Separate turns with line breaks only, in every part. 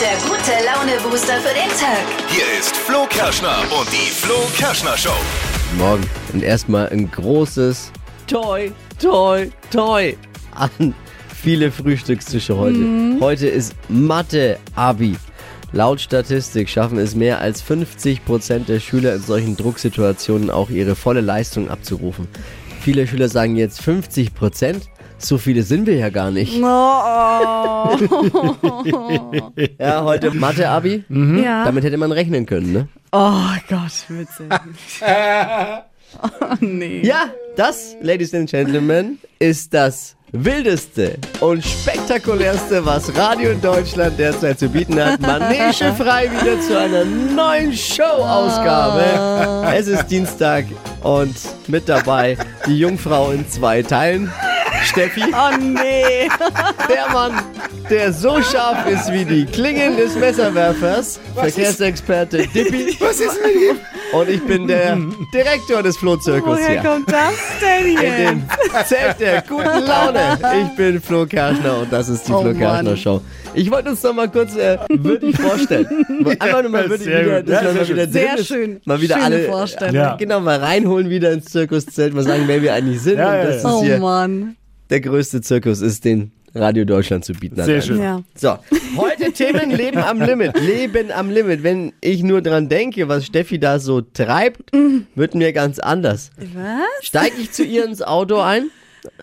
der gute Laune-Booster für den Tag.
Hier ist Flo Kerschner und die Flo Kerschner Show.
Guten Morgen und erstmal ein großes Toi, Toi, Toi an viele Frühstückstische heute. Heute ist Mathe-Abi. Laut Statistik schaffen es mehr als 50% der Schüler in solchen Drucksituationen auch ihre volle Leistung abzurufen. Viele Schüler sagen jetzt 50%, so viele sind wir ja gar nicht.
Oh,
Ja, heute Mathe-Abi,
ja.
damit hätte man rechnen können, ne?
oh Gott, witzig. oh nee.
Ja, das, Ladies and Gentlemen, ist das wildeste und spektakulärste, was Radio Deutschland derzeit zu bieten hat. Manege frei wieder zu einer neuen Show-Ausgabe. Es ist Dienstag und mit dabei die Jungfrau in zwei Teilen. Steffi,
Oh nee.
der Mann, der so scharf ist wie die Klingen des Messerwerfers, Verkehrsexperte Dippi. Was ist mit ihm? Oh Und ich bin der Direktor des Flohzirkus
Oh, Woher
hier
kommt das denn
in
jetzt?
dem Zelt der guten Laune. Ich bin Flo Kerschner und das ist die
Oh
Flo
Mann.
Kerschner Show. Ich wollte uns noch mal kurz äh, würdig vorstellen. Einfach nur mal würdig
sehr
wieder,
gut.
dass
Ja,
man mal wieder
sehr schön.
drin
Sehr
ist.
schön.
Mal wieder
Schöne
alle äh,
Vorstellung.
Ja.
genau mal reinholen wieder ins Zirkuszelt, mal sagen, wer wir eigentlich sind
Ja,
und
ja,
dass
ja.
es
Oh
hier
Mann.
der größte Zirkus ist, den Radio Deutschland zu bieten hat.
Sehr schön.
Ja.
So, heute Themen Leben am Limit. Leben am Limit. Wenn ich nur dran denke, was Steffi da so treibt,
Mhm.
wird mir ganz anders
Was?
steige ich zu ihr ins Auto ein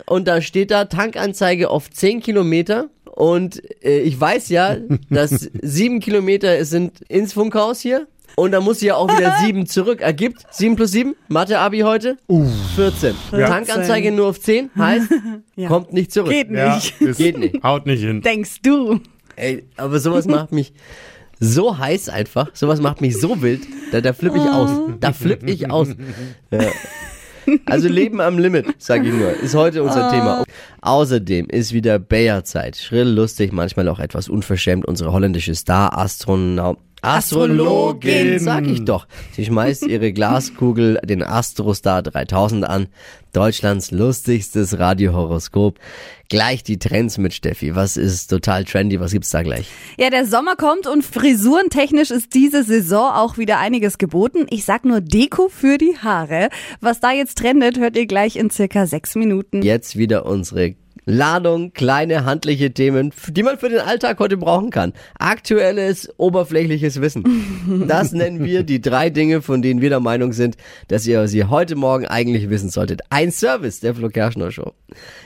und da steht da Tankanzeige auf 10 Kilometer. Und äh, ich weiß ja, dass sieben Kilometer es sind ins Funkhaus hier. Und da muss sie ja auch wieder sieben zurück. Ergibt sieben plus sieben, Mathe-Abi heute, 14.
Ja.
Tankanzeige nur auf 10, heißt,
Ja.
kommt nicht zurück.
Geht nicht.
Ja, ist,
Geht nicht.
Haut nicht hin.
Denkst du?
Ey, aber sowas macht mich so heiß einfach. Sowas macht mich so wild. Da, da flippe ich aus. Da flippe ich aus. Ja. Also Leben am Limit, sag ich nur, ist heute unser Thema. Außerdem ist wieder Bayer-Zeit. Schrill, lustig, manchmal auch etwas unverschämt. Unsere holländische Star-Astronaut. Astrologin,
Astrologin.
sag ich doch. Sie schmeißt ihre Glaskugel den Astrostar 3000 an. Deutschlands lustigstes Radiohoroskop. Gleich die Trends mit Steffi. Was ist total trendy? Was gibt's da gleich?
Ja, der Sommer kommt und frisurentechnisch ist diese Saison auch wieder einiges geboten. Ich sag nur Deko für die Haare. Was da jetzt trendet, hört ihr gleich in circa sechs Minuten.
Jetzt wieder unsere Ladung, kleine handliche Themen, f- die man für den Alltag heute brauchen kann. Aktuelles, oberflächliches Wissen. Das nennen wir die drei Dinge, von denen wir der Meinung sind, dass ihr sie heute Morgen eigentlich wissen solltet. Ein Service der Flo Kerschner Show.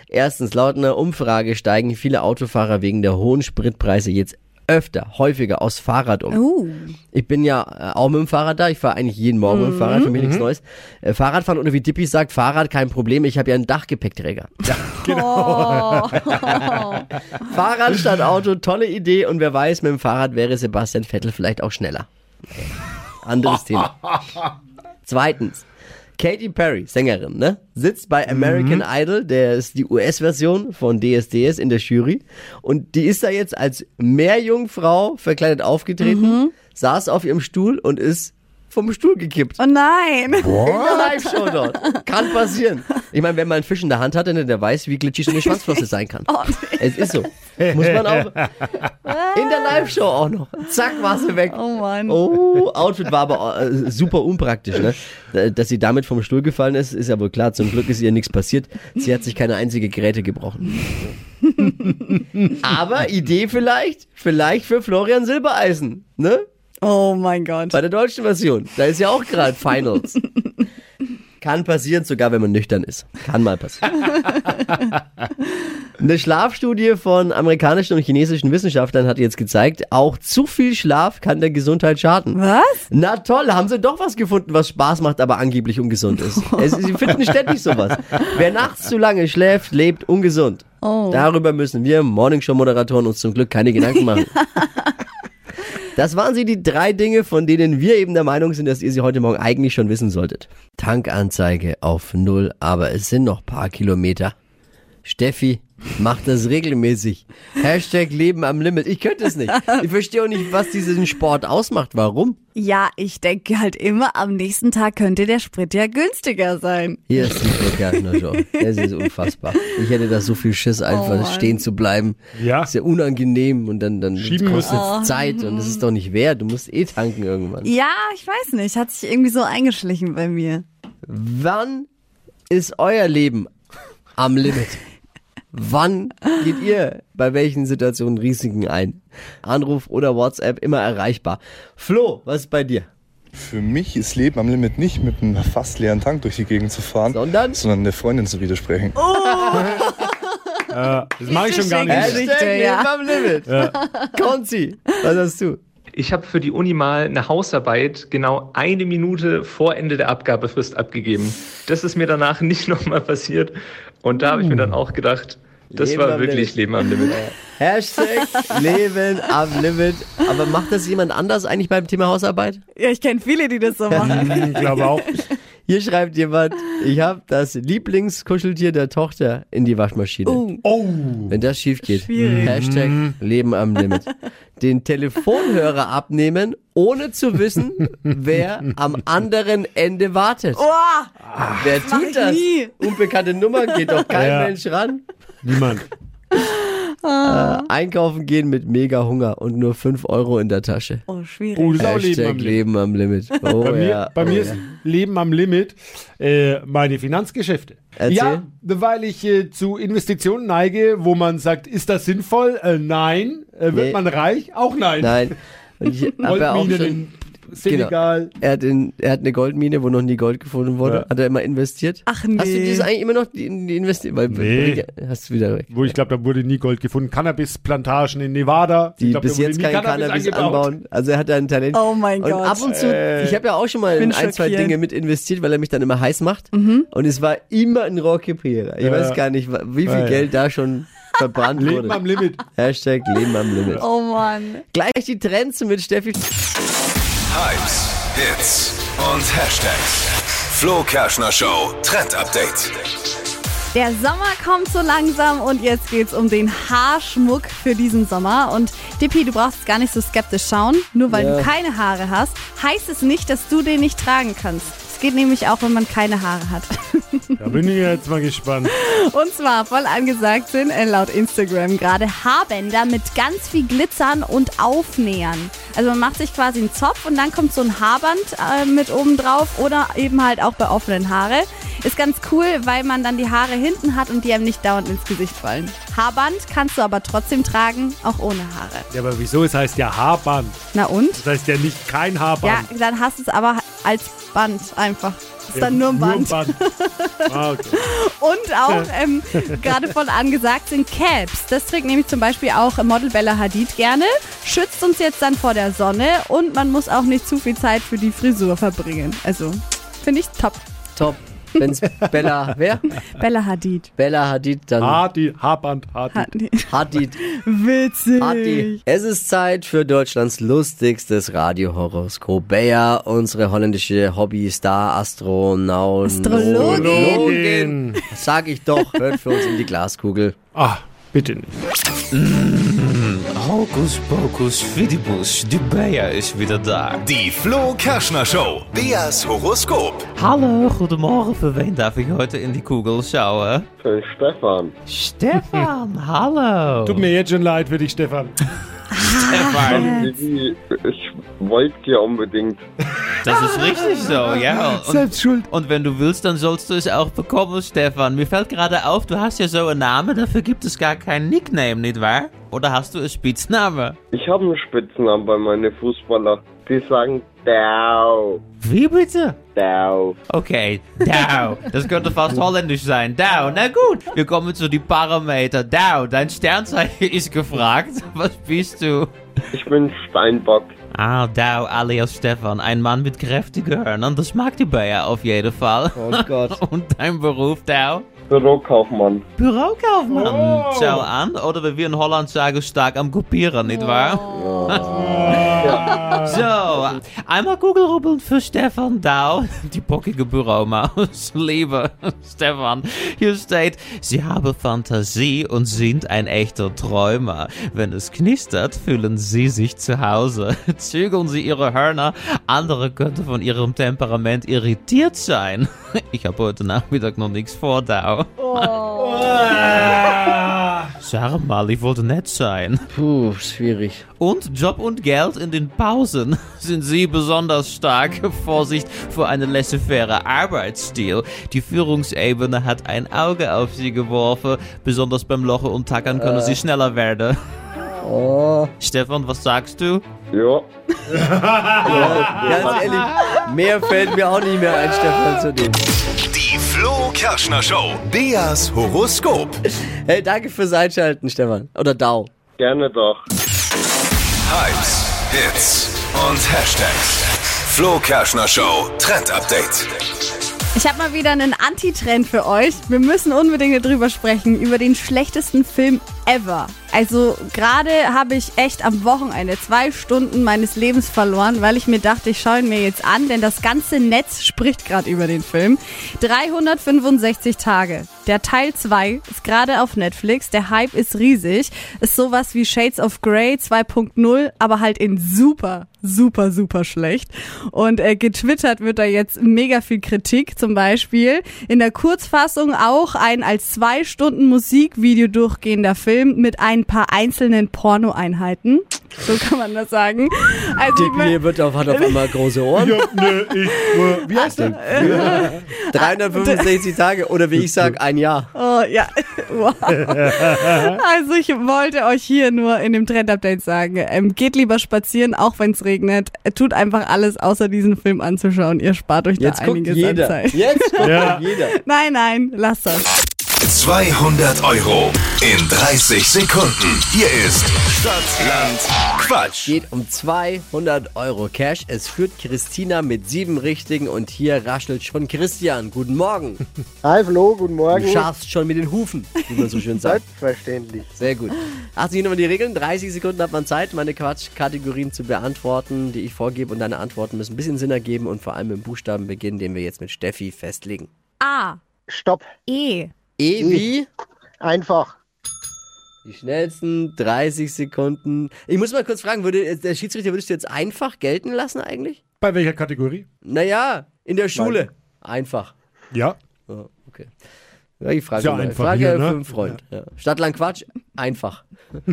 Erstens, laut einer Umfrage steigen viele Autofahrer wegen der hohen Spritpreise jetzt öfter, häufiger aufs Fahrrad um.
Oh.
Ich bin ja äh, auch mit dem Fahrrad da. Ich fahre eigentlich jeden Morgen mit dem Fahrrad, für mich nichts Neues. Äh, Fahrradfahren oder wie Dippi sagt, Fahrrad kein Problem. Ich habe ja einen Dachgepäckträger. Oh. Fahrrad statt Auto, tolle Idee. Und wer weiß, mit dem Fahrrad wäre Sebastian Vettel vielleicht auch schneller. Anderes Thema. Zweitens. Katy Perry, Sängerin, ne? Sitzt bei American Idol, der ist die US-Version von DSDS in der Jury. Und die ist da jetzt als Meerjungfrau verkleidet aufgetreten, saß auf ihrem Stuhl und ist vom Stuhl gekippt.
Oh nein.
In der Live-Show dort. Kann passieren. Ich meine, wenn man einen Fisch in der Hand hatte, ne, der weiß, wie glitschig so eine Schwanzflosse sein kann.
Oh,
Es ist so. Muss man auch. In der Live-Show auch noch. Zack, war sie weg.
Oh Mann.
Oh, Outfit war aber äh, super unpraktisch, ne? D- Dass sie damit vom Stuhl gefallen ist, ist ja wohl klar. Zum Glück ist ihr nichts passiert. Sie hat sich keine einzige Geräte gebrochen. Aber Idee vielleicht, vielleicht für Florian Silbereisen, ne?
Oh mein Gott.
Bei der deutschen Version. Da ist ja auch gerade Finals. Kann passieren, sogar wenn man nüchtern ist. Kann mal passieren. Eine Schlafstudie von amerikanischen und chinesischen Wissenschaftlern hat jetzt gezeigt, auch zu viel Schlaf kann der Gesundheit schaden.
Was?
Na toll, haben sie doch was gefunden, was Spaß macht, aber angeblich ungesund ist. Es, sie finden ständig sowas. Wer nachts zu lange schläft, lebt ungesund.
Oh.
Darüber müssen wir Morningshow-Moderatoren uns zum Glück keine Gedanken machen. Das waren sie die drei Dinge, von denen wir eben der Meinung sind, dass ihr sie heute Morgen eigentlich schon wissen solltet. Tankanzeige auf Null, aber es sind noch paar Kilometer. Steffi macht das regelmäßig. Hashtag Leben am Limit. Ich könnte es nicht. Ich verstehe auch nicht, was diesen Sport ausmacht. Warum?
Ja, ich denke halt immer, am nächsten Tag könnte der Sprit ja günstiger sein.
Hier ist die Flo Kerschner Show. Das ist unfassbar. Ich hätte da so viel Schiss, einfach
Mann.
stehen zu bleiben.
Ja.
Ist ja unangenehm und dann, dann
Schieben
kostet
müssen.
Zeit und es ist doch nicht wert. Du musst eh tanken irgendwann.
Ja, ich weiß nicht. Hat sich irgendwie so eingeschlichen bei mir.
Wann ist euer Leben am Limit? Wann geht ihr bei welchen Situationen Risiken ein? Anruf oder WhatsApp immer erreichbar. Flo, was ist bei dir?
Für mich ist Leben am Limit nicht mit einem fast leeren Tank durch die Gegend zu fahren,
Sondern?
sondern der Freundin zu widersprechen.
Ja, Äh, das mache ich schon gar
Hashtag
nicht.
Geschichte, ja.
Leben am Limit. Konzi, was hast du?
Ich habe für die Uni mal eine Hausarbeit genau eine Minute vor Ende der Abgabefrist abgegeben. Das ist mir danach nicht nochmal passiert. Und da habe ich mir dann auch gedacht, das
Uh. Leben am
war wirklich
Limit.
Leben am Limit.
Hashtag Leben am Limit. Aber macht das jemand anders eigentlich beim Thema Hausarbeit?
Ja, ich kenne viele, die das so machen.
Hm, Ich glaube auch.
Hier schreibt jemand, ich habe das Lieblingskuscheltier der Tochter in die Waschmaschine.
Oh, Mhm.
Wenn das schief geht. Mhm. Hashtag Leben am Limit. Den Telefonhörer abnehmen, ohne zu wissen, wer am anderen Ende wartet.
Boah,
wer
Oh, mach ich
tut das?
nie.
Unbekannte Nummer geht doch kein
Ja.
Mensch ran.
niemand.
Einkaufen gehen mit mega Hunger und nur 5 Euro in der Tasche.
oh, schwierig.
Oh, das ist auch Leben
Hashtag
am Limit.
Leben am Limit. Oh,
Bei mir,
ja.
bei mir
oh,
ist
ja.
Leben am Limit äh, meine Finanzgeschäfte.
Erzähl.
Ja, weil ich äh, zu Investitionen neige, wo man sagt, ist das sinnvoll? Äh, nein. Äh, wird
Nee.
man reich? Auch nein.
Nein. Und ich habe ja auch
Goldminen
schon. genau.
in Senegal.
Er hat, in, er hat eine Goldmine, wo noch nie Gold gefunden wurde.
Ja.
Hat er immer investiert?
Ach, nee.
Hast du das eigentlich immer noch die, die investiert? Weil,
Nee.
Hast du wieder weg.
Wo ich glaube, da wurde nie Gold gefunden. Cannabisplantagen in Nevada.
Die
ich glaub, da
bis
wurde
jetzt
nie
kein Cannabis,
angebaut. Äh.
anbauen. Also er hat da ein Talent.
Oh mein
und
Gott.
ab und zu, ich habe ja auch schon mal in
bin
ein, zwei
schockiert. Mhm.
Dinge mit investiert, weil er mich dann immer heiß macht. Und es war immer ein Rohrkrepierer. Ich
Ja. Ah,
weiß gar nicht, wa- wie viel
Ja, ja.
Geld da schon verbrannt
Leben am
wurde.
Limit.
Hashtag Leben am Limit.
Oh Mann.
Gleich die Trends mit Steffi.
Hypes, Hits und Hashtags. Flo Kerschner Show Trend Update.
Der Sommer kommt so langsam und jetzt geht's um den Haarschmuck für diesen Sommer. Und Dippi, du brauchst gar nicht so skeptisch schauen. Nur weil
Ja.
du keine Haare hast, heißt es nicht, dass du den nicht tragen kannst. Es geht nämlich auch, wenn man keine Haare hat.
Da bin ich jetzt mal gespannt.
Und zwar voll angesagt sind äh, laut Instagram gerade Haarbänder mit ganz viel Glitzern und Aufnähern. Also man macht sich quasi einen Zopf und dann kommt so ein Haarband äh, mit oben drauf oder eben halt auch bei offenen Haare. Ist ganz cool, weil man dann die Haare hinten hat und die einem nicht dauernd ins Gesicht fallen. Haarband kannst du aber trotzdem tragen, auch ohne Haare.
Ja, aber wieso? Es heißt ja Haarband.
Na und?
Das heißt ja nicht kein
Ja,
Haarband.
dann hast du es aber als Band einfach. Ist dann nur ein Band.
Ah, okay.
Und auch ähm, gerade voll angesagt sind Caps. Das trägt nämlich zum Beispiel auch Model Bella Hadid gerne. Schützt uns jetzt dann vor der Sonne und man muss auch nicht zu viel Zeit für die Frisur verbringen. Also finde ich top.
Top. Wenn's Bella, wer?
Bella Hadid.
Bella Hadid, dann
Haar, die, Haarband, Haar, die.
Hadid.
Witzig.
Party. Es ist Zeit für Deutschlands lustigstes Radiohoroskop. Bea, unsere holländische Hobby-Star-Astronautin.
Astrologin.
Astrologin.
Sag ich doch, hört für uns in die Glaskugel.
Ah, bitte nicht.
Hocus pocus fidibus, die Bea is weer daar.
Die Flo Kerschner Show. Beas Horoskop.
Hallo, goedemorgen, voor wen darf ik heute in die kugel schauen?
Für Stefan.
Stefan, hallo.
Tut mir jetzt schon leid für dich, Stefan.
Stefan.
Digi, Ich wollte dir unbedingt.
Das ist richtig so, ja. Und,
Selbst schuld.
und wenn du willst, dann sollst du es auch bekommen, Stefan. Mir fällt gerade auf, du hast ja so einen Namen, dafür gibt es gar keinen Nickname, nicht wahr? Oder hast du einen Spitznamen?
Ich habe einen Spitznamen bei meinen Fußballer. Die sagen Dau,
Wie bitte?
Dau.
Okay, Dow. Das könnte fast holländisch sein. Dow. Na gut, wir kommen zu die Parameter. Dow, dein Sternzeichen ist gefragt. Was bist du?
Ich bin Steinbock.
Ah, Dow alias Stefan. Ein Mann mit kräftigen Hörnern. Das mag die Bayer auf jeden Fall.
Oh Gott.
Und dein Beruf, Dow?
Bürokaufmann.
Bürokaufmann. Schau an. Oder wie wir in Holland sagen, stark am Kopieren, nicht wahr? so, einmal Kugelrubbeln für Stefan Dau, die bockige Büromaus. Liebe Stefan, hier steht, Sie haben Fantasie und sind ein echter Träumer. Wenn es knistert, fühlen Sie sich zu Hause. Zügeln Sie Ihre Hörner, andere könnten von Ihrem Temperament irritiert sein. Ich habe heute Nachmittag noch nichts vor, Dau. Sag mal, ich wollte nett sein.
Puh, schwierig.
Und Job und Geld in den Pausen sind sie besonders stark. Vorsicht vor einem laissez-faire Arbeitsstil. Die Führungsebene hat ein Auge auf sie geworfen. Besonders beim Lochen und
Äh.
Tackern können sie schneller werden.
Oh.
Stefan, was sagst du?
Ja,
Ganz ehrlich, mehr fällt mir auch nicht mehr ein, Stefan, zu dem.
Die Flo Kerschner Show. Beas Horoskop.
Hey, danke fürs Einschalten, Stefan. Oder Dau.
gerne doch.
Hypes, Hits und Hashtags. Flo Kerschner Show Trend Update.
Ich habe mal wieder einen Antitrend für euch. Wir müssen unbedingt darüber sprechen, über den schlechtesten Film ever. Also gerade habe ich echt am Wochenende zwei Stunden meines Lebens verloren, weil ich mir dachte, ich schaue ihn mir jetzt an, denn das ganze Netz spricht gerade über den Film. 365 Tage. Der Teil 2 ist gerade auf Netflix. Der Hype ist riesig. Ist sowas wie Shades of Grey 2.0, aber halt in super super, super schlecht. Und äh, getwittert wird da jetzt mega viel Kritik zum Beispiel. In der Kurzfassung auch ein als zwei Stunden Musikvideo durchgehender Film mit ein paar einzelnen Pornoeinheiten. So kann man das sagen. Also ich
Dick
mein-
Neal wird auf, hat auf einmal große Ohren.
Ja, nö, ich, äh, wie heißt der?
365 Tage oder wie ich sag, ein Jahr.
Oh, ja. Wow. Also ich wollte euch hier nur in dem Trend-Update sagen, ähm, geht lieber spazieren, auch wenn es regnet. Tut einfach alles, außer diesen Film anzuschauen. Ihr spart euch
Jetzt
da
guckt
einiges
jeder.
an Zeit.
Jetzt guckt
Ja.
jeder.
Nein, nein, lasst das.
200 Euro in 30 Sekunden. Hier ist Stadtland Quatsch.
Geht um 200 Euro Cash. Es führt Christina mit sieben Richtigen und hier raschelt schon Christian. Guten Morgen.
Hi Flo, guten Morgen.
Du scharfst schon mit den Hufen, wie man so schön sagt.
Selbstverständlich.
Sehr gut. Achtung hier nochmal die Regeln. 30 Sekunden hat man Zeit, meine Quatschkategorien zu beantworten, die ich vorgebe. Und deine Antworten müssen ein bisschen Sinn ergeben und vor allem im Buchstaben beginnen, den wir jetzt mit Steffi festlegen.
A,
Stopp.
E,
E wie?
Einfach.
Die schnellsten 30 Sekunden. Ich muss mal kurz fragen, würde äh, der Schiedsrichter würdest du jetzt einfach gelten lassen eigentlich?
Bei welcher Kategorie?
Naja, in der Schule. Einfach.
Ja.
Ja, okay. Ja, ich frage,
Ist ja
mal.
einfach
frage
hier,
für
ne?
einen Freund. Ja. Stadtland Quatsch, einfach.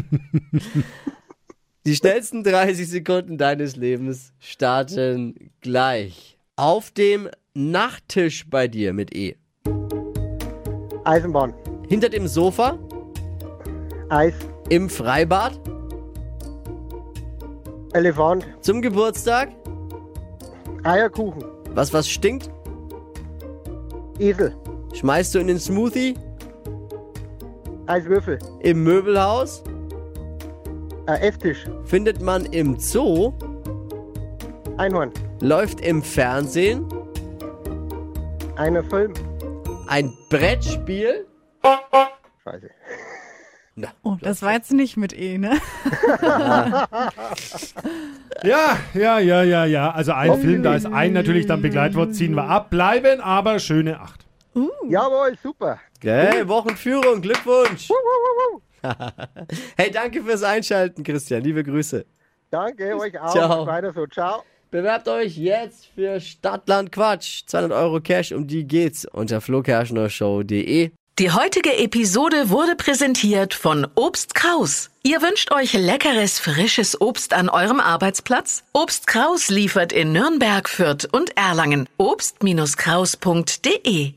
Die schnellsten 30 Sekunden deines Lebens starten gleich. Auf dem Nachttisch bei dir mit E.
Eisenbahn.
Hinter dem Sofa,
Eis.
im Freibad,
Elefant.
zum Geburtstag,
Eierkuchen.
was was stinkt,
Esel.
schmeißt du in den Smoothie,
Eiswürfel.
im Möbelhaus,
Äh, Esstisch.
findet man im Zoo,
Einhorn.
läuft im Fernsehen,
Einer Film.
ein Brettspiel.
Scheiße.
Oh, das war jetzt nicht mit E, ne?
Ja, ja, ja, ja, ja. Also ein Film, da ist ein natürlich dann Begleitwort, ziehen wir ab, bleiben aber schöne Acht.
Jawohl, super. Mhm.
Hey, Wochenführung, Glückwunsch. hey, danke fürs Einschalten, Christian. Liebe Grüße.
Danke euch auch.
Ciao.
Weiter so. Ciao.
Bewerbt euch jetzt für Stadtland Quatsch. 200 Euro Cash, um die geht's unter flokerschnershow.de.
Die heutige Episode wurde präsentiert von Obst Kraus. Ihr wünscht euch leckeres, frisches Obst an eurem Arbeitsplatz? Obst Kraus liefert in Nürnberg, Fürth und Erlangen. Obst-Kraus.de